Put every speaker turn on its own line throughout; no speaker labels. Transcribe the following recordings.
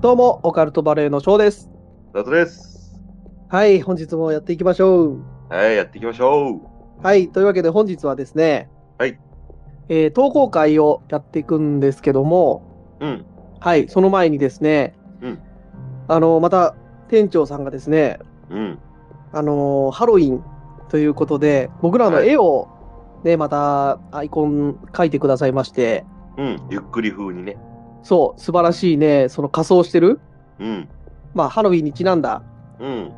どうも、オカルトバレーの翔です。
ダトです。
はい、本日もやっていきましょう。
はい、やっていきましょ
はい、というわけで本日はですね、
はい。
えー、投稿会をやっていくんですけども、
う。うん。
はい、その前にですね、
うん。
あの、また、店長さんがですね、
うん。
あのーハロウィンということで、僕らの
はい
絵を、ね、また、アイコン描いてくださいまして、
うん。ゆっくり風にね。
そう、素晴らしいね、その仮装してる、
うん。
まあ、ハロウィンにちなんだ、
うん。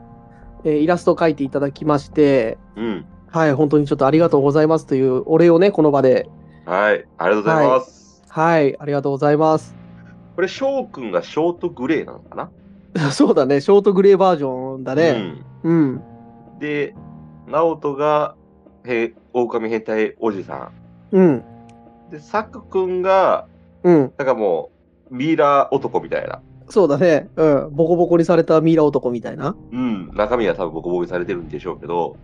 えーイラストを描いていただきまして、
うん。
はい、本当にちょっとありがとうございますというお礼をね、この場で。
はい。ありがとうございます。
はい、ありがとうございます。
これ、翔くんがショートグレーなのかな
そうだね、ショートグレーバージョンだね。うん。
うん。で、直人が、へ、狼変態おじさ
うん。
ん。で、サクくんが、
うん。
なんかもう、ミイラ男みたいな。
そうだね。うん。ボコボコにされたミイラ男みたいな。
うん。中身は多分ボコボコにされてるんでしょうけど、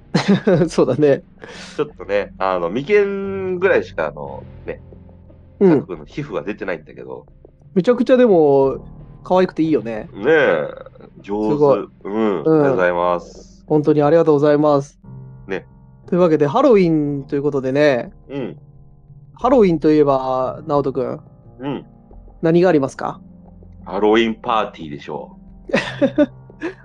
そうだね。
ちょっとね、あの、眉間ぐらいしか、あの、ね、
う
サク
ん。
くんの皮膚が出てないんだけど、
めちゃくちゃでも、可愛くていいよね。
ねえ、上手。
すごい
うん、ありがとうございます。
本当にありがとうございます。
ね。
というわけで、ハロウィンということでね、
うん、
ハロウィンといえば、直人くん、
うん。
何がありますか
ハロウィンパーティーでしょ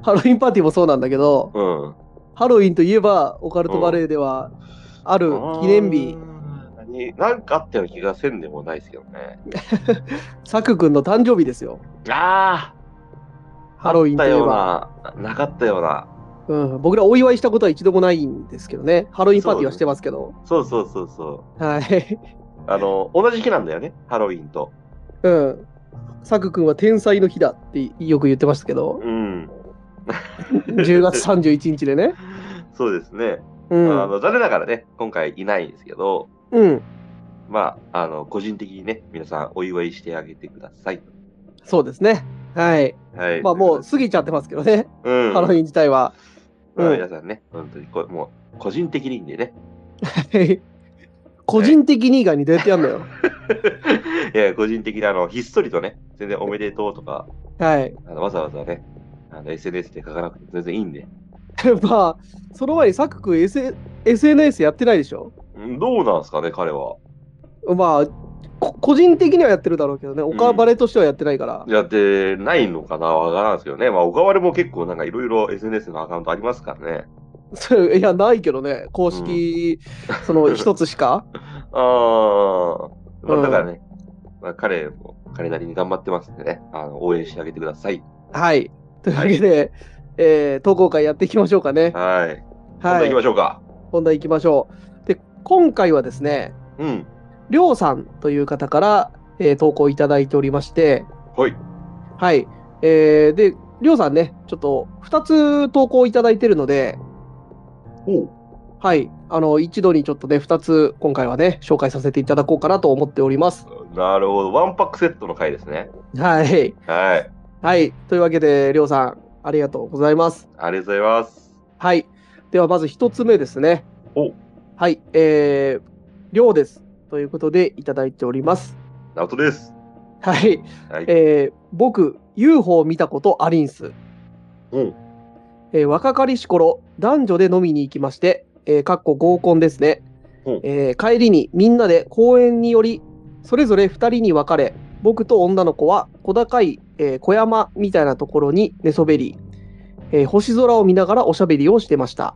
ハロウィンパーティーもそうなんだけど、
う。うん。
ハロウィンといえば、オカルトバレーでは、ある記念日、
あー。何なんかあったような気がせんでもないですけどね。
サク君の誕生日ですよ。
ああ
ハロウィンといえば。
あったような、なかったような。
うん、僕らお祝いしたことは一度もないんですけどね。ハロウィンパーティーはしてますけど。
そうそうそうそ
はい。
う。あの、同じ日なんだよね、ハロウィンと。
うん。サク君は天才の日だってよく言ってましたけど、
うん。
10月31日でね。
そうですね。
う
あ
ん。
の残念ながらね、今回いないんですけど、
うん。
まあ、あの、個人的にね、皆さんお祝いしてあげてください。
そうですね。はい。
はい。
まあもう過ぎちゃってますけどね。
うん、
ハロウィン自体は。
ま
う
あ、
ん
皆さんね、本当にこれもう個人的にでね、
はい個人的に以外にどうやってやんのよ。
いや個人的にあのひっそりとね、全然おめでとうとか、
はい。
あのわざわざね、あの SNS で書かなくても全然いいんで、
まあ、その前にサク君 S SNS やってないでしょ
うんどうなんすかね、彼は。
まあ、こ個人的にはやってるだろうけどね、おかばれとしてはやってないから、
やってないのかな、わからんすけどね、まあ、小川れも結構なんかいろいろ SNS のアカウントありますからね。
そういや、ないけどね、公式、その一つし か。
あー、ま
う
あ、
ん
だからね、まあ、彼も彼なりに頑張ってますんでね、あの応援してあげてください。
はい。というわけで、えー投稿会やっていきましょうかね。
はい。今
は
度行きま
い。
しょうか。
本題いきましょう。で、今回はですね、
うん。
りょうさんという方から、えー投稿いただいておりまして、
ほい。
はい。えーで、りょうさんね、ちょっと2つ投稿いただいてるので、
おう。
はい。あの、一度にちょっとね、2つ今回はね、紹介させていただこうかなと思っております。
なるほど。ワンパックセットの回ですね。
はい。
はい。
はい。というわけで、りょうさん、ありがとうございます。
ありがとうございます。
はい。では、まず一つ目ですね。
お
はい。えー、りょうです。ということで、いただいております。
ナオトです。
はい。
はい。
えー、僕、UFO を見たことありんす。
うん。
えー若かりし頃、男女で飲みに行きまして、えー、かっこ合コンですね
うん。
えー帰りにみんなで公園により、それぞれ2人に分かれ、僕と女の子は小高い、えー小山みたいなところに寝そべり、えー星空を見ながらおしゃべりをしてました。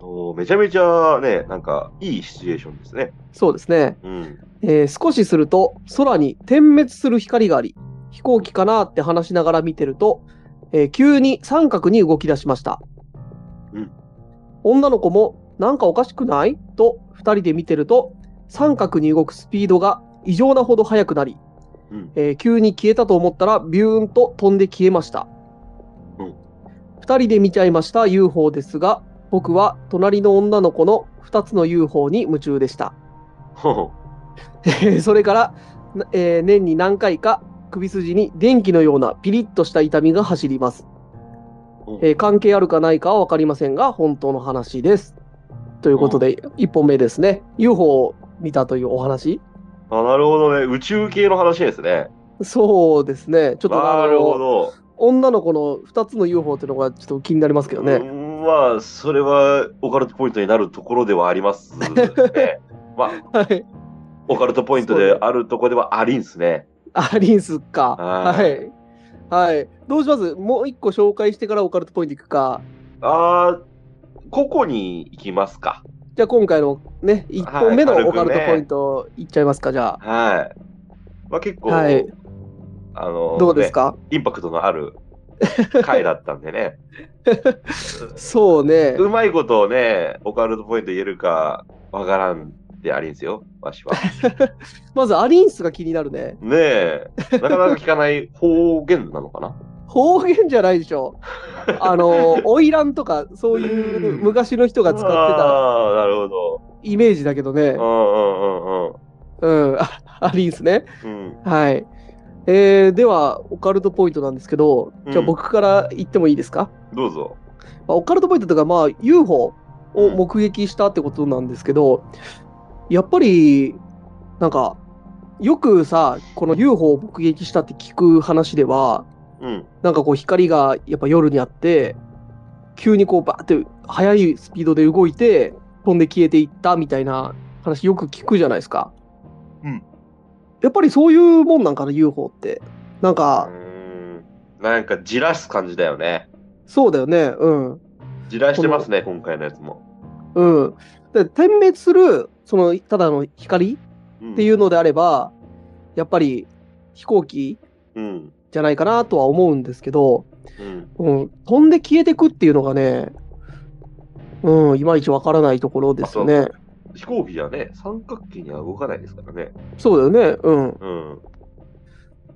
おーめちゃめちゃね、なんか、いいシチュエーションですね。
そうですね。
うん。
えー少しすると空に点滅する光があり飛行機かなって話しながら見てると、えー急に三角に動き出しました、
うん
女の子も「なんかおかしくない?」と2人で見てると三角に動くスピードが異常なほど速くなり、
うん
えー急に消えたと思ったらビューンと飛んで消えました、
うん
2人で見ちゃいました UFO ですが僕は隣の女の子の2つの UFO に夢中でした
ほほ
えー それから、なえー年に何回か首筋に電気のようなピリッとした痛みが走ります、
うん
えー関係あるかないかは分かりませんが本当の話ですということで、1本目ですね UFO を見たというお話
あなるほどね。宇宙系の話ですね。
そうですね。ちょっと
な
あ
るほ
の
ど。
女の子の2つの UFO っていうのがちょっと気になりますけど
う
ね。
んまあ、それはオカルトポイントになるところではありま すね。まあ、
はい。
オカルトポイント
そう
で
ね
あるとこではありんすね。
ありんすか。
あ
は
ー
い。はい。どうしますもう1個紹介してからオカルトポイントいくか。
ああ、ここに行きますか。
じゃあ今回のね、1本目の
はい
オカルト
軽くね
ポイントいっちゃいますか、じゃ
はい。まあ結構、
はい
あの
あ。どうです
ね
か
インパクトのある回だったんでね。
そうね。
うまいことをね、オカルトポイント言えるかわからんでありんすよ、わしは。
まずアリンスが気になるね。
ねえ、なかなか聞かない方言なのかな。
方言じゃないでし ょ。あの、花魁とか、そういう昔の人が使ってた
ああ、なるほど。
イメージだけどね
う。ん
うん、 あアリンスね。
うんうんうん。うん、
はい。えーでは、オカルトポイントなんですけど、じゃあ
うん
僕から言ってもいいですか、
どうぞ。
まあオカルトポイントというか、まあ、UFO を目撃したってことなんですけど、やっぱり、なんか、よくさ、この UFO を目撃したって聞く話では、
うん。
なんかこう光がやっぱ夜にあって、急にこうバーって速いスピードで動いて、飛んで消えていったみたいな話よく聞くじゃないですか。
うん。
やっぱりそういうもんなんかな、UFO って。なん
う
か、
ーんなんかじらす感じだよね。
そうだよね。うん。
じらしてますね、今回のやつも。
うん。で、点滅する、その、ただの光っ
うん
ていうのであれば、やっぱり飛行機
うん。
じゃないかなとは思うんですけど、
うん。
うん、飛んで消えてくっていうのがね、うん、いまいちわからないところですよね。
飛行機はね、三角形には動かないですからね。
そうだよね。うん。
うん。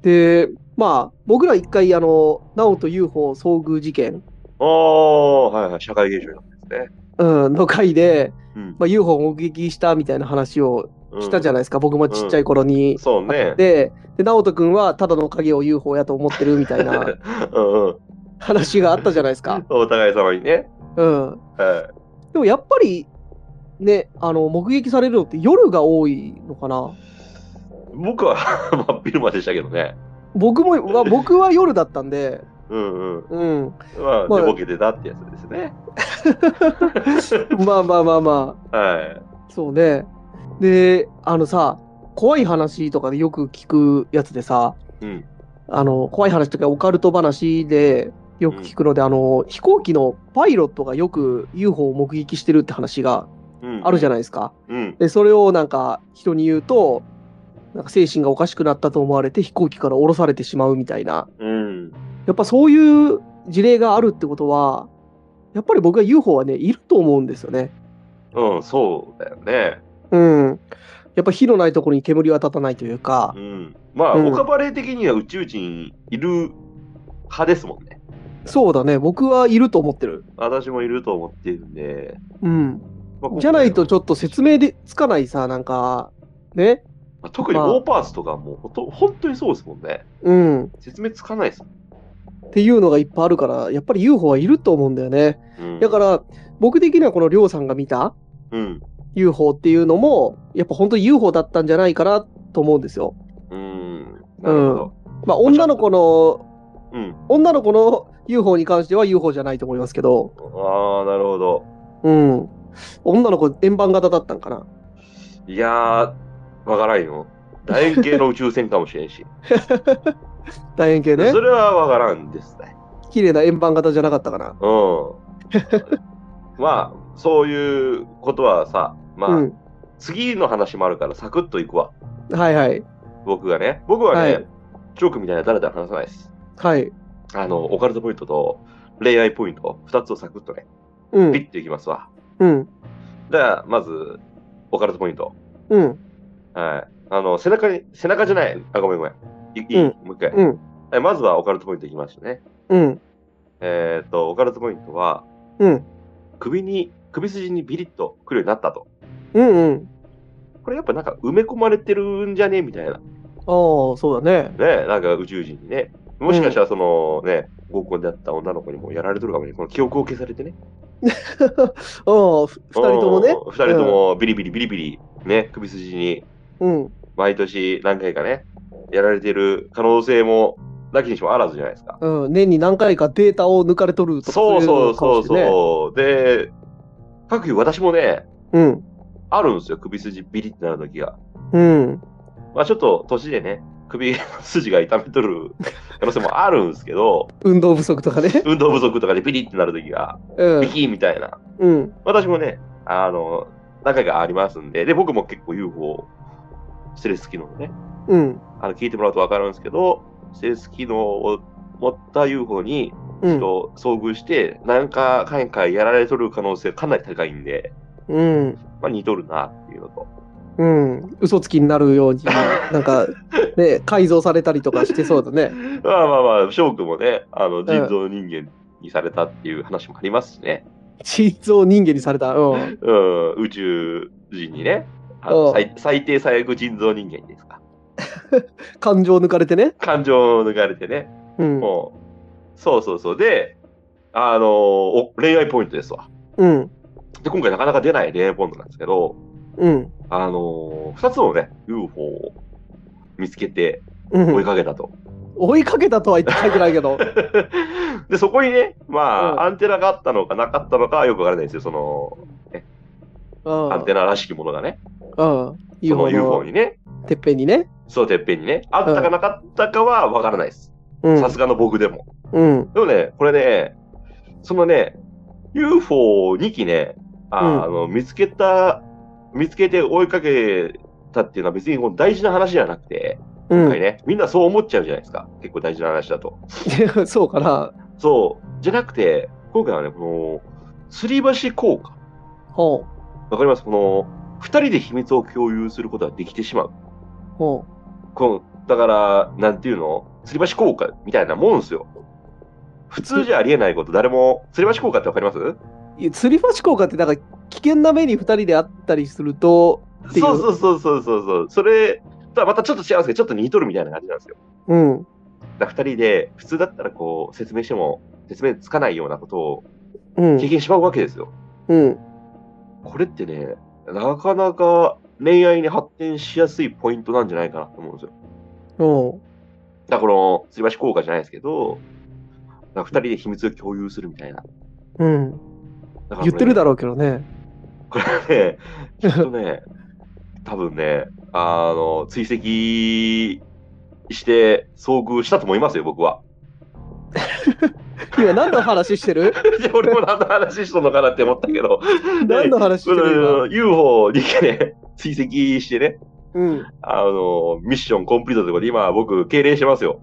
で、まあ、僕ら一回、あの、ナオと UFO 遭遇事件、
ああ、はいはい、社会現象なんですね。
うん、の回で、
うん
まあ、UFO を目撃したみたいな話をしたじゃ
ない、
ないですか、僕もちっちゃい頃に。
そうね。
で、で、ナオト君はただの影を UFO やと思ってるみたいな
うんうん。
話があったじゃないですか。
お互い様にね。
うん。
は
でもやっぱり、ね、あの、目撃されるのって夜が多いのかな。
い、僕は 真っ昼間でしたけどね。
僕も、わ僕は夜だったんで、
うんうん。
うん。
まあ、
まあ
寝ぼけてたってやつですね。
まあまあまあまあ。
はい。
そうね。で、あのさ、怖い話とかでよく聞くやつでさ、
うん。
あの、怖い話とかオカルト話でよく聞くので、あの、飛行機のパイロットがよく UFO を目撃してるって話が
うん、
あるじゃ
ない。
ないですか。
うん。
で、それをなんか人に言うと、なんか精神がおかしくなったと思われて飛行機から降ろされてしまうみたいな。
うん。
やっぱそういう事例があるってことは、やっぱり僕は UFO はね、いると思うんですよね。
うん、そうだよね。
うん。やっぱ火のないところに煙は立たないというか
う、ん、まあ、
うん
オカバレー的には宇宙人いる派ですもんね。
そうだね、僕はいると思ってる。
私もいると思っているんで。
うん。
まあ
じゃないとち
ょっ
ょっと説明でつかないさ、なんか、ね。
と。特に
まあ
ゴーパーツとかもほと本当にそうですもんね。
うん。っ
説明つかないですもん。
ていうのがいっぱいあるから、やっぱり UFO はいると思うんだよね。
うん
だから、僕的にはこのりょうさんが見た
うん。
UFO っていうのも、やっぱ本当に UFO だったんじゃないかなと思うんですよ。
うん。なるほど。
まあ、女の子の、
うん。
女の子の UFO に関しては UFO じゃないと思いますけど、
ああ、なるほど。
うん。女の子、円盤型だったんかな。
いやー、わからんよ。楕円形の宇宙船かもしれんし。
楕円形 ね
そ。れはわからんですね。
綺麗な円盤型じゃなかったかな。
うん。まあ、そういうことはさ、まあ、
うん。
次の話もあるからサクッといくわ。
はいはい。
僕がね、僕はね、
はい
ジョークみたいな誰だら話さないです。
はい。
あの、オカルトポイントと恋愛ポイント、2つをサクッとね、
う
ピ
ん。
ッていきますわ。
うん。
じゃあ、まず、オカルトポイント。
うん。
はい。あの、背中に、背中じゃない。あ、ごめんごめん。いいい、
うん
もう一回、
うん。
えまずはオカルトポイントいきましたね。
うん。
えーっと、オカルトポイントは、
うん。
首に、首筋にビリッとくるようになったと。
うん。うん。
これやっぱなんか埋め込まれてるんじゃねみたいな。
ああ、そうだね。
ね、なんか宇宙人にね、もしかしたらそのね、合コンであった女の子にもやられてるかもね、この記憶を消されてね。
ああ、ふ二人ともね。
うん二人ともビリビリビリビリ、ね、首筋に
うん。
毎年何回かね、やられてる可能性も、なきにしもあらずじゃないですか。
うん、年に何回かデータを抜かれとるとか
そうそうそう
いのかもしれんね
そう。で、各有私もね、
うん。
あるんですよ。首筋ビリってなる時が。
うん。
まあちょっと、年でね、首 筋が痛めとる可能性もあるんですけど、
運動不足とかね。
運動不足とかでビリってなる時が、
う
ビ
ん。
キーみたいな。
うん。
私もね、あの、仲がありますんで、で、僕も結構 UFO、ステレス機能のね、
うん。
あの、聞いてもらうとわかるんですけど、ステレス機能を持った UFO に、
うん。
と遭遇して、何かかんかやられとる可能性かなり高いんで、
うん。
まあ、似とるなっていうのと。
うん。嘘つきになるように、なんか、ね、改造されたりとかしてそうだね。
まあまあまあ、翔くんもね、あの、人造人間にされたっていう話もありますしね。
心臓人間にされた。うん。
うん、宇宙人にね、あの
うん
最最低最悪人造人間ですか。
感情抜かれてね。
感情を抜かれてね。
うん。
もう、そうそうそう。で、あのお恋愛ポイントですわ。
うん。
で、今回なかなか出ない恋愛ポイントなんですけど、
うん。
あの二つのね、UFO を見つけて
うん
追いかけたと。
追いかけたとは言って書いてないけど。
で、そこにね、まあ、
うん
アンテナがあったのかなかったのかはよくわからないですよ。その、
うん。
アンテナらしきものがね、
うん。
その UFO
UFO の
にね、
てっぺんにね。
そうてっぺんにね、あったかなかったかはわからないです。
うん。
さすがの僕でも。
うん。
でもね、これね、そのね、UFO2 機ね、あ,、
うん
あの見つけた、見つけて追いかけたっていうのは別にこう大事な話じゃなくて、
う
今
ん
回ね、みんなそう思っちゃうじゃないですか。結構大事な話だと。
そうかな。
そう。じゃなくて、今回はね、この、吊り橋効果。
ほ
わかりますこの、二人で秘密を共有することができてしまう。
う。ほ
この、だから、なんていうの吊り橋効果みたいなもんですよ。普通じゃありえないこと、誰も、吊り橋効果ってわかります
う。いや吊り橋効果って、なんか、危険な目に二人で会ったりすると、っていう
そうそうそうそうそうそう。それとはまたちょっと違うんですけど、ちょっと似とるみたいな感じなんですよ。
うん。
だから二人で、普通だったらこう、説明しても、説明つかないようなことを
う
経
ん。
験しまうわけですよ。
うん。
これってね、なかなか恋愛に発展しやすいポイントなんじゃないかなと思うんですよ。
うん。
だからこの、吊り橋効果じゃないですけど、だから二人で秘密を共有するみたいな。
うん。
だからこれね
言ってる だろうけどね。
これね、きっとね、多分ね、あの、追跡して遭遇したと思いますよ、僕は。
今、何の話して る
で俺も何の話したのかなって思ったけど、
何の話して
こ
る
の UFO にね、追跡してね、
今うん。
あの、ミッションコンプリートということで、今僕、敬礼してま すよ。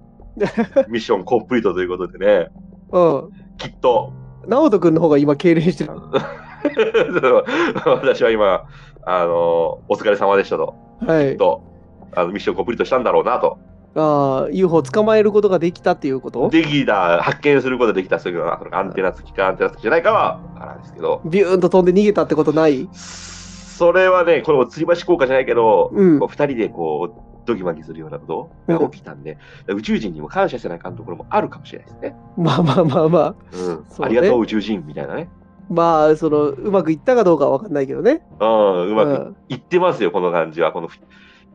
ミッションコンプリートということでね、
うん。
きっと、
直人君の方が今、敬礼してる。は
私は今、あの、お疲れ様でしたと、き
い
っ。と、あのミッションコンプリートしたんだろうなと。
ああ、UFO 捕まえることができたっていうこと
できた、発見することができた、そういうのは、アンテナ付きかアンテナ付きじゃないかは、わからんですけど、
ビューンと飛んで逃げたってことない
それはね、これも吊り橋効果じゃないけど、
うん
こう二人でこう、ドギマギするようなことが起きたんで、宇宙人にも感謝せないかんところもあるかもしれないですね。
まあまあまあまあ。
うん。
そうね
ありがとう、宇宙人みたいなね。
まあ、その、うまくいったかどうかは分かんないけどね。
うん、うま
う
く
ん
いってますよ、この感じは。この、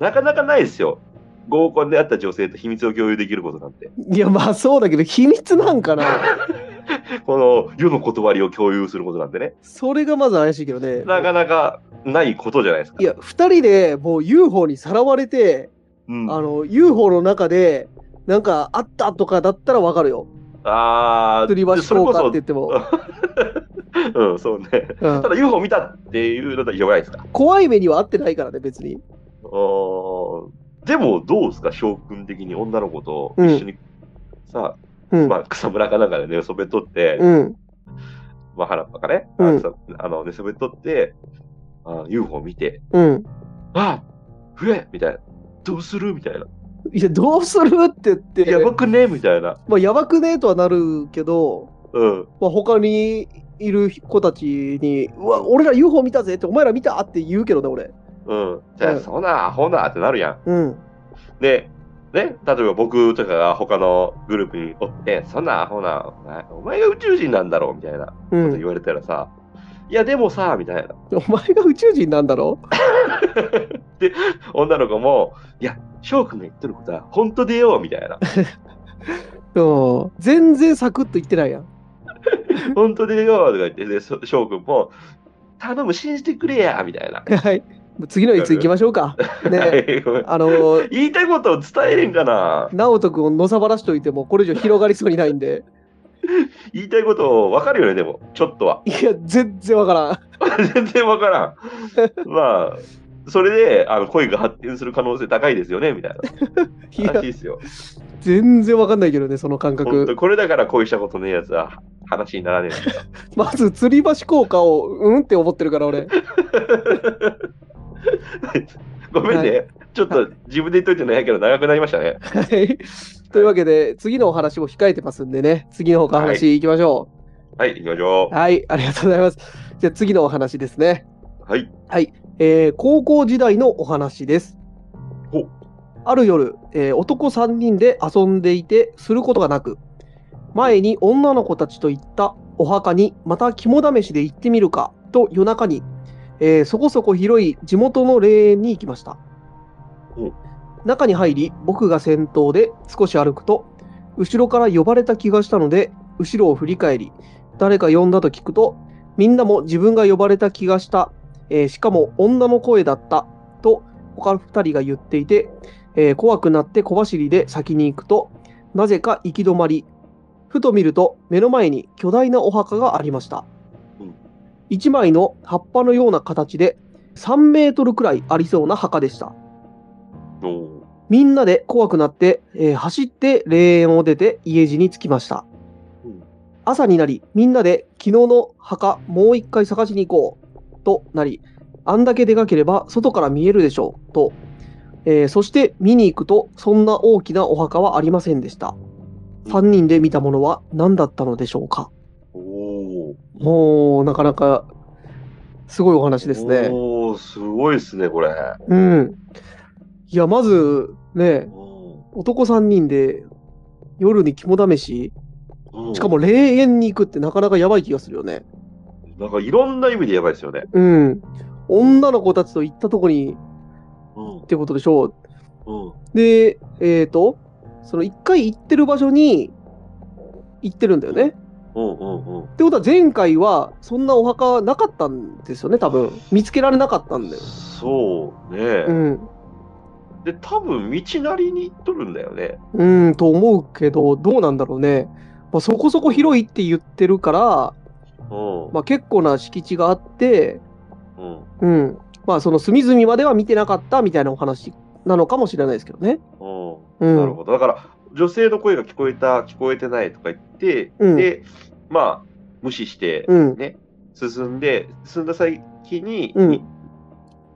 なかなかないですよ。合コンで会った女性と秘密を共有できることなんて。
いや、まあそうだけど、秘密なんかな。
この世の断りを共有することなんてね。
それがまず怪しいけどね。
なかなかないことじゃないですか。
いや、二人でもう UFO にさらわれて、
うん、
あの、UFO の中で、なんかあったとかだったらわかるよ。
あー
吊り
で
橋
それ
効
こ
果って言
そ
っても。
うん、そうね。
うん
ただ UFO 見たっていうのはよくないですか。
怖い目には合ってないからね、別に。
あーでも、どうですか、翔くん的に女の子と一緒に、さ
うん。
まあ、草むらかなんかで寝そべっとって、
うん。
まあ、原っぱかね、
うん
あさあの寝そべっとって、あー UFO 見て、
うん。
あ増えみたいな。どうするみたいな。
いや、どうするって言って。
やばくねみたいな。
まあ、やばくねえとはなるけど、
うん。
まあ、他にいる子たちに、うわ、俺ら UFO 見たぜって、お前ら見たって言うけどね、俺。
うん。じゃあ、
うん
そんな、アホなってなるやん。
うん。
で、ね、例えば僕とかが他のグループにおって、そんなアホな、お前お前が宇宙人なんだろうみたいな。
う
こと
ん
言。われたらさ、いや、でもさ、みたいな。
お前が宇宙人なんだろ
で、女の子も、いや、翔くんが言ってることは本当でよ、みた いな。
うん。全然サクッと言ってないやん。
本当でよ、とか言って、で、そ翔くんも、頼む、信じてくれや、みたいな。
はい。次のやつ行きましょうか。ね
ごめん
あの、
言いたいことを伝えれんかな。
直人君をのさばらしといても、これ以上広がりそうにないんで。
言いたいことを分かるよね、でも、ちょっとは。
いや、全然わからん。
全然分から ん。まあ、それであの恋が発展する可能性高いですよね、みたいな。
いや
話、ですよ。
全然わかんないけどね、その感
本当
覚。
これだから恋したことねえやつは話にならね
まず、吊り橋効果を、うんって思ってるから、俺。
え んだ。ごめんね、
は
ちょっと自分で言っといてないけど長くなりましたね。
はい。というわけで、次のお話も控えてますんでね、次のお話行きましょ
はい、行きましょ
う。はい、ありがとうございます。じゃあ、次のお話ですね。
う。はい。
えー高校時代のお話です
ほう。
ある夜、えー男3人で遊んでいてすることがなく、前に女の子たちと行ったお墓にまた肝試しで行ってみるかと夜中に、えーそこそこ広い地元の霊園に行きました
ほう。
中に入り、僕が先頭で少し歩くと、後ろから呼ばれた気がしたので、後ろを振り返り、誰か呼んだと聞くと、みんなも自分が呼ばれた気がしたえーしかも女の声だったと他2人が言っていて、えー怖くなって小走りで先に行くとなぜか行き止まりふと見ると目の前に巨大なお墓がありました、
うん
一枚の葉っぱのような形で3メートルくらいありそうな墓でした
おー
みんなで怖くなって、えー走って霊園を出て家路に着きました、
うん
朝になりみんなで昨日の墓もう一回探しに行こうとなりあんだけでかければ外から見えるでしょうと、えーそして見に行くとそんな大きなお墓はありませんでした
うん
3人で見たものは何だったのでしょうか
おー
おーなかなかすごいお話ですね
おーすごいですね、これ。
うんいやまずね
う
男3人で夜に肝試し、
ん
しかも霊園に行くってなかなかやばい気がするよね。
なんかいろんな意味でやばいですよね。
うん。女の子たちと行ったとこに
うん
ってことでしょう。
うん
で、えっ、ー、と、その一回行ってる場所に行ってるんだよね。
うんうんうん
ってことは前回はそんなお墓なかったんですよね、多分。見つけられなかったんだよ。
そうね、
うん。
で多分道なりに行っとるんだよね
うん、と思うけど、どうなんだろうね。まあ、そこそこ広いって言ってるから、
うん、
まあ、結構な敷地があって、
うん
うん。まあ、その隅々までは見てなかったみたいなお話なのかもしれないですけどね。
う、
うんん
なるほどだから女性の声が聞こえた聞こえてないとか言って、
うん
でまあ無視して
うん。
ね、進んで進んだ先に、
うん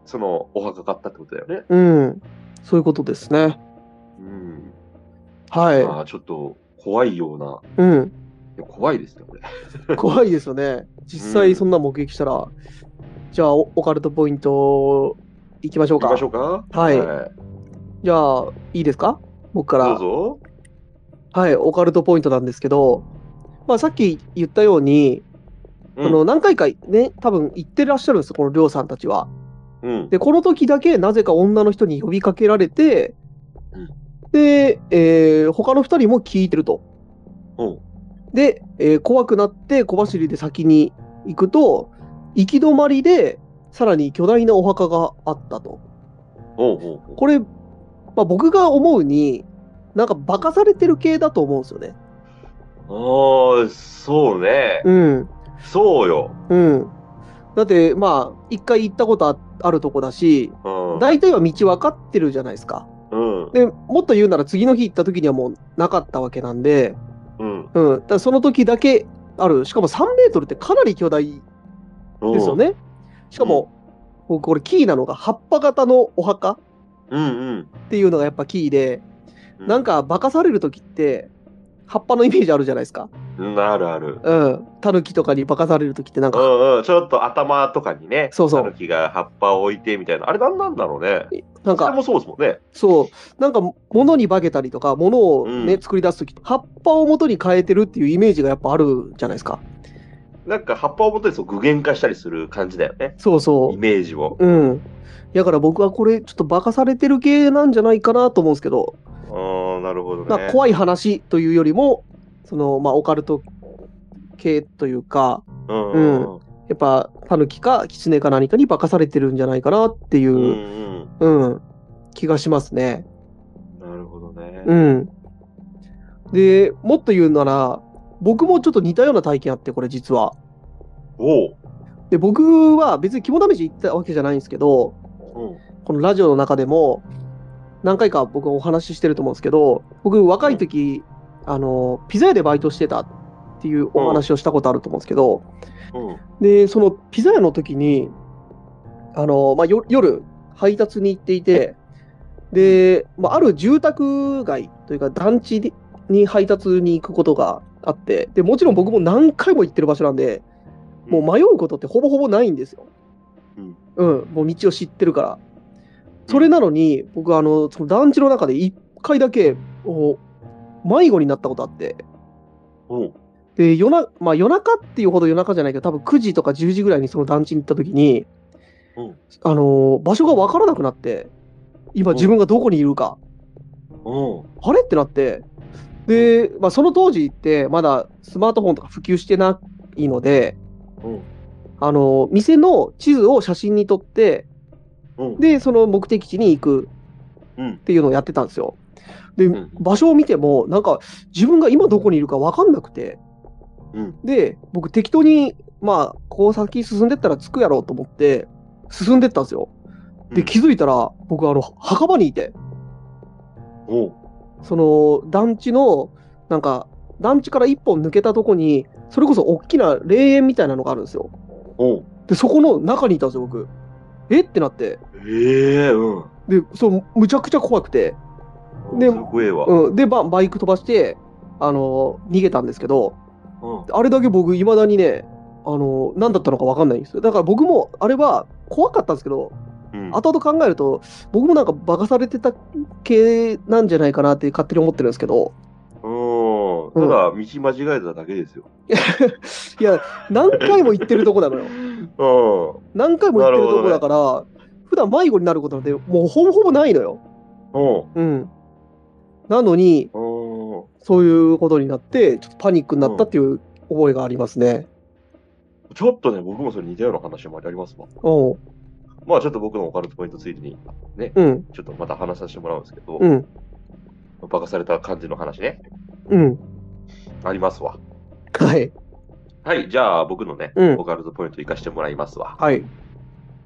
そのお墓があったってことだよね、
うん。そういうことですね。
うん、
は。
ああちょっと怖いようない
うん。
いや怖いですねこれ
怖いですよね。実
うん
際そんな目撃したら。じゃあお、オカルトポイントいきましょう
行き
か
まし。ょうか
はいじゃあ、いいですか僕から。
どうぞ
はい、オカルトポイントなんですけど、まあ、さっき言ったように、
うん
あの何回かね、多分行ってらっしゃるんですよ、このりょうさんたちは。
うん
で、この時だけなぜか女の人に呼びかけられて、
うん
で、えー他の2人も聞いてると。
うん
で、えー怖くなって小走りで先に行くと、行き止まりで、さらに巨大なお墓があったと。
おうおうおう
これ、まあ、僕が思うに、なんか化かされてる系だと思うんですよね。
ああそうね、
うん。
そうよ、
うん。だって、まあ、一回行ったことああるとこだし、
うん、
大体は道分かってるじゃないですか。
うん
で、もっと言うなら次の日行った時にはもうなかったわけなんで、
うん
うん。だからその時だけある。しかも3メートルってかなり巨大で
うん
すよね。しかも、僕これキーなのが葉っぱ型のお墓
うんうん
っていうのがやっぱキーで、
う
なんか化かされる時って、葉っぱのイメージあるじゃないですか。
うんあるある
うん。タヌキとかに化かされる時ってなん
う
か、
んうん、ちょっと頭とかにね、
そうそう
タヌキが葉っぱを置いてみたいな、あれなんなんだろうね。
なん
そ
か
れ、もそうですもんね。
そう、なんか物に化けたりとか、物をね、
うん
作り出すとき、葉っぱを元に変えてるっていうイメージがやっぱあるじゃないですか。
なんか葉っぱを元にそう具現化したりする感じだよね。
そうそ
イメージを。
う。うん。だから僕はこれ、ちょっと化かされてる系なんじゃないかなと思うんですけど、
ああ、なるほどね。
まあ、怖い話というよりも、その、まあ、オカルト系というか、
うん
やっぱ、タヌキかキツネか何かに化かされてるんじゃないかなっていうう、
ん
うん、気がしますね。
うん。なるほどね。
うん。で、もっと言うなら、僕もちょっと似たような体験あって、これ実は。
おう
で、僕は別に肝試し行ったわけじゃないんですけど、
うん。
このラジオの中でも何回か僕お話ししてると思うんですけど僕若い時あのピザ屋でバイトしてたっていうお話をしたことあると思うんですけど、
うん。
でそのピザ屋の時にあの、まあ、よ夜配達に行っていてで、まあ、ある住宅街というか団地にに配達に行くことがあってでもちろん僕も何回も行ってる場所なんでもう迷うことってほぼほぼないんですよ。
うん、
もう道を知ってるから。それなのに、僕、あの、その団地の中で一回だけ、お迷子になったことあって、
おう
で、夜な、まあ夜中っていうほど夜中じゃないけど、多分9時とか10時ぐらいにその団地に行った時に、
うん
あのー場所がわからなくなって、今
うん
自分がどこにいるか、
おう
あれってなって、で、まあその当時って、まだスマートフォンとか普及してないので、
うん
あのー店の地図を写真に撮って、
うん。
で、その目的地に行く
うん
っていうのをやってたんですよ。で、
うん
場所を見ても、なんか自分が今どこにいるか分かんなくて、
うん
で、僕適当に、まあ、ここ先進んでったら着くやろうと思って、進んでったんですよ。
う
で、
ん
気づいたら、僕、あの、墓場にいて、
おう
その団地の、なんか、団地から一本抜けたとこに、それこそ大きな霊園みたいなのがあるんですよ。
おう
で、そこの中にいたんですよ、僕。えってなって。
ええうん。
で、そう、むちゃくちゃ怖くて。で
それ怖えわ。
うん、でバ、バイク飛ばして、あのー逃げたんですけど、
うん
あれだけ僕、いまだにね、あのー何だったのか分かんないんですよ。だから僕も、あれは怖かったんですけど、
うん。
後々考えると、僕もなんか化かされてた系なんじゃないかなって勝手に思ってるんですけど、
うん。ただ、道間違えただけですよ。
いや、何回も行ってるとこ なのよ。
う
何回も行ってるとこだから、普段迷子になることなんて、もうほぼほぼないのよ。
ん。うん。
うん。なのに、
うん。
そういうことになって、ちょっとパニックになったっていう覚えがありますね。
ちょっとね、僕もそれ似たような話もありますわ。
おう
まあ、ちょっと僕のオカルトポイントついでに、ね、
うん、
ちょっとまた話させてもらうんですけど、
うん。
化かされた感じの話ね、
うん。
ありますわ。
はい。
はい、じゃあ僕のね、
うん
オカルトポイント生かしてもらいますわ。
はい。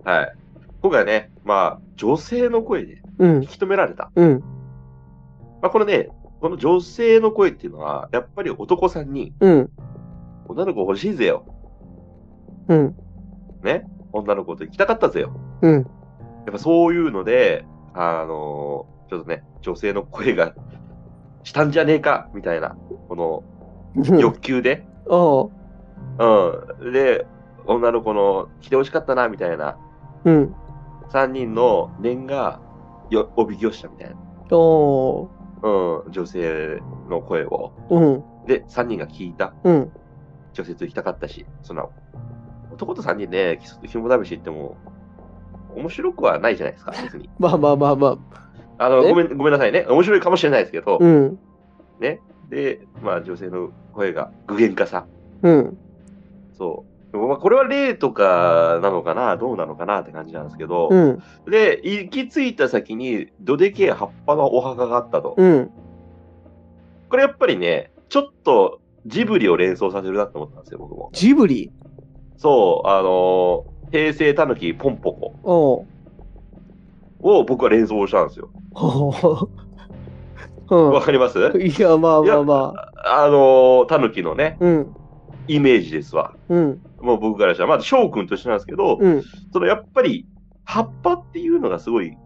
はい。今回はね、まあ、女性の声で
うん
引。き止められた。
うん。
まあ、このね、この女性の声っていうのは、やっぱり男さんに、
うん。
女の子欲しいぜよ。
うん。
ね。女の子と行きたかったぜよ。
うん。
やっぱそういうので、あのーちょっとね、女性の声がしたんじゃねえか、みたいな、この欲求で、
ああ。
うん。で、女の子の来て欲しかったな、みたいな、
うん。
3人の念がよおびき寄したみたい
あ
な、
あ。
うん、女性の声を。
うん。
で、3人が聞いた。
うん。
女性と行きたかったし、そんな、男と3人で、ね、紐試し行っても、面白くはないじゃないですか、別に。
まあまあまあまあ。
あの、
え
ごめん、ごめんなさいね。面白いかもしれないですけど、
うん。
ね。で、まあ女性の声が具現化さ。
うん。
そう。まあこれは例とかなのかな、どうなのかなって感じなんですけど、
うん。
で、行き着いた先に、どでけえ葉っぱのお墓があったと。
うん。
これやっぱりね、ちょっとジブリを連想させるなって思ったんですよ、僕も。
ジブリ。
そう、あのー平成たぬきポンポコ
ああ。
を僕は連想したんですよ。
は
わ
あ。
かります
うん。いや、まあまあまあ。
あのー、たぬきのね、
うん。
イメージですわ。
うん。
もう僕からしたら、まあ、翔くんとしてなんですけど、
うん。
そのやっぱり、葉っぱっていうのがすごいキ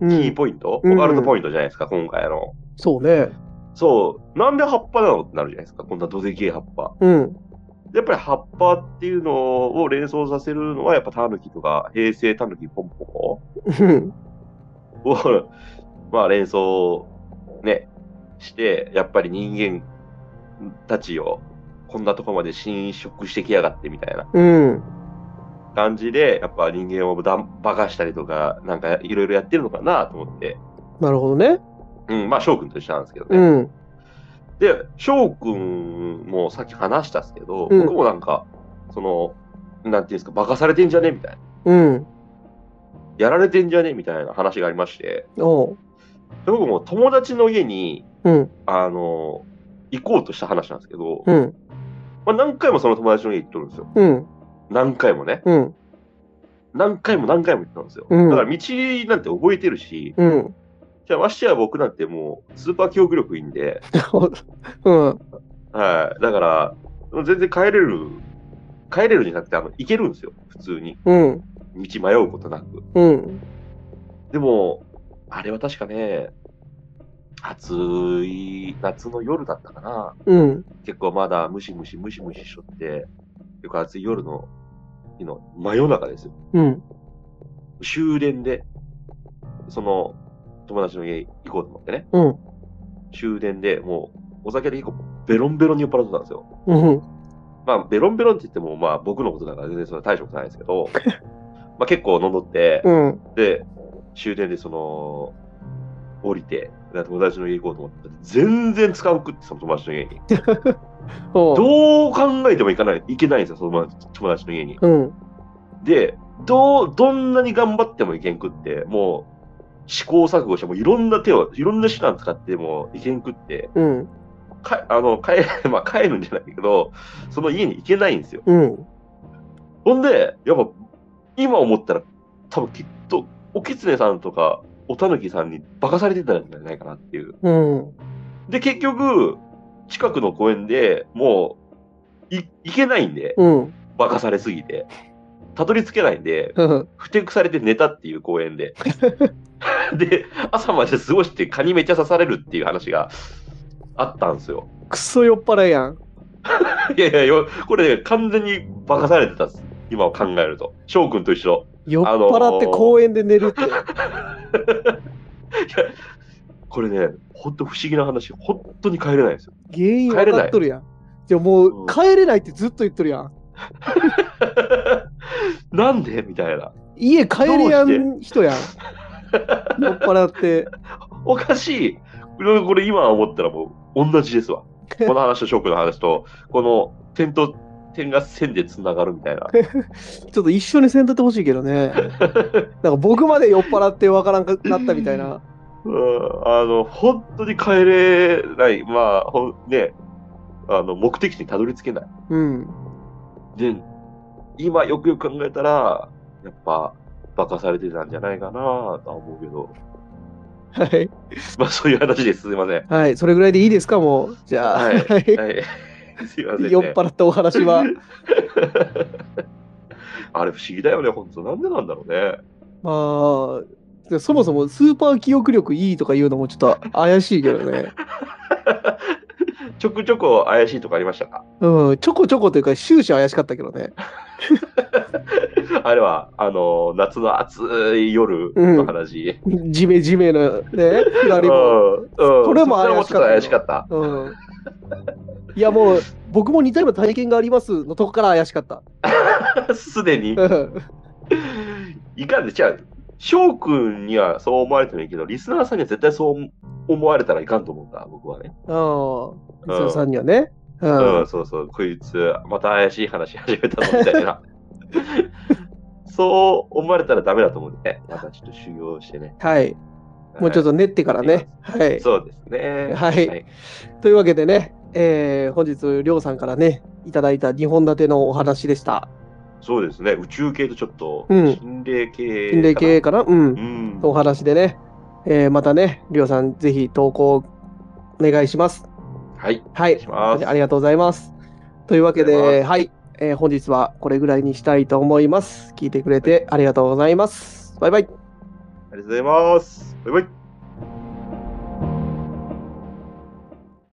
う
ー
ん。
ポイント、
うん
オカルトポイントじゃないですか、今回の。
そうね。
そう、なんで葉っぱなのってなるじゃないですか、こんなどでけえ葉っぱ。
うん。
やっぱり葉っぱっていうのを連想させるのは、やっぱタヌキとか、平成タヌキポンポコ
うん。
を、まあ連想、ね、して、やっぱり人間たちをこんなとこまで侵食してきやがってみたいな
うん。
感じで、やっぱ人間をだ化かしたりとか、なんかいろいろやってるのかなと思って、
なるほどね。
うん、まあ翔くんと一緒なんですけどね。
うん。
で、翔くんもさっき話したんですけど、
うん
僕もなんか、その、なんていうんですか、化かされてんじゃねみたいな。
うん。
やられてんじゃねみたいな話がありまして、
おう。
で僕も友達の家に、
うん。
あの、行こうとした話なんですけど、
うん。
まあ、何回もその友達の家行っとるんですよ。
うん。
何回もね。
うん。
何回も何回も行ったんですよ。
うん
だから道なんて覚えてるし、
うん。
じゃあましてや僕なんてもうスーパー記憶力いいんで、
うん。
はい。だから、全然帰れる、帰れるじゃなくて、あの、行けるんですよ。普通に。
うん。
道迷うことなく。
うん。
でも、あれは確かね、暑い夏の夜だったかな。
うん。
結構まだムシムシムシムシしとって、結構暑い夜の、日の真夜中ですよ。
うん。
終電で、その友達の家行こうと思ってね。
うん。
終電でもうお酒で結構ベロンベロンに酔っ払ってたんですよ。
うん。
まあ、ベロンベロンって言っても、まあ、僕のことだから全然それは大したことないですけど、 まあ結構飲んどって、
うん。
で、終電でその、降りて、で友達の家行こうと思ったら全然使うくって、その友達の家に。
おう。
どう考えても行かない、行けないんですよ、その友達の家に。
うん。
で、どう、どんなに頑張っても行けんくって、もう、試行錯誤して、もういろんな手を、いろんな手段使っても行けんくって、
うん。
かあの帰 まあ、帰るんじゃないけど、その家に行けないんですよ。
うん。
ほんで、やっぱ、今思ったら、多分きっと、おきつねさんとか、おたぬきさんに化かされてたんじゃないかなっていう。
うん。
で、結局、近くの公園でもう、い行けないんで、
うん。
化かされすぎて。たどり着けないんで、
うん。
ふてくされて寝たっていう公園で。 で、朝まで過ごして蚊にめっちゃ刺されるっていう話があったんですよ。
くそ酔っ払いやん。
いやいやよ、これ、ね、完全に化かされてたっす。今を考えると。翔くんと一緒。
酔っ払って公園で寝るって。
これね、ほんと不思議な話、本当に帰れないんですよ。
原因分かっとるやん。じゃあも
う
うん帰れないってずっと言っとるやん。
なんでみたいな。
家帰れや
ど
ん人やん。酔っ払って。
おかしい。これこれ今思ったらもう同じですわ。この話とショックの話と、この点と点が線でつながるみたいな。
ちょっと一緒にせんとってほしいけどね。なんか僕まで酔っ払ってわからんかなったみたいな。
うんあの、本当に帰れない。まあ、ほんね、あの、目的地にたどり着けない。
うん。
で、今よくよく考えたら、やっぱ、化かされてたんじゃないかなとは思うけど、
はい。
まあそういう話です。すいません。
はい。それぐらいでいいですか、もう。じゃあ、
はい
はい
はい。 すいません、ね。
酔っ払ったお話は。
あれ不思議だよね、本当なんでなんだろうね。
まあ、そもそもスーパー記憶力いいとか言うのもちょっと怪しいけどね。
ちょくちょく怪しいとこありましたか
うん。ちょこちょこというか、終始怪しかったけどね。
あれは、あの、夏の暑い夜の話。
ジメジメのね、下
うん
りも。
うんそ
れ
れ
も
も
怪し
ち
か
ょ
ったよ
っと怪しかった。
うん。いや、もう、僕も似たような体験がありますのとこから怪しかった。
すでに。
うん
いかんで、じゃあ、翔くんにはそう思われてもいいけど、リスナーさんには絶対そう思われたらいかんと思うんだ、僕はね。
ああ、磯さんにはね。うん
うん、そうそう、こいつ、また怪しい話始めたぞみたいな。 そう思われたらダメだと思うんで、ね、またちょっと修行してね。
はい。 もうちょっ
と。
と練ってからね。はい。
そうですね。
はいというわけでね、えー本日、りょうさんからね、いただいた2本立てのお話でした。
そうですね。宇宙系とちょっと、
うん
心霊系。
心霊系。かなうん
う。ん。
お話でね、えーまたね、りょうさん、ぜひ投稿お願いします。
はい。
はい。
します
ありがとうございます。というわけ
ありがとうござ
で、
い
はい、えー本日はこれぐらいにしたいと思います。聞いてくれてありがとうございます。バイバイ。
ありがとうございます。バイバイ。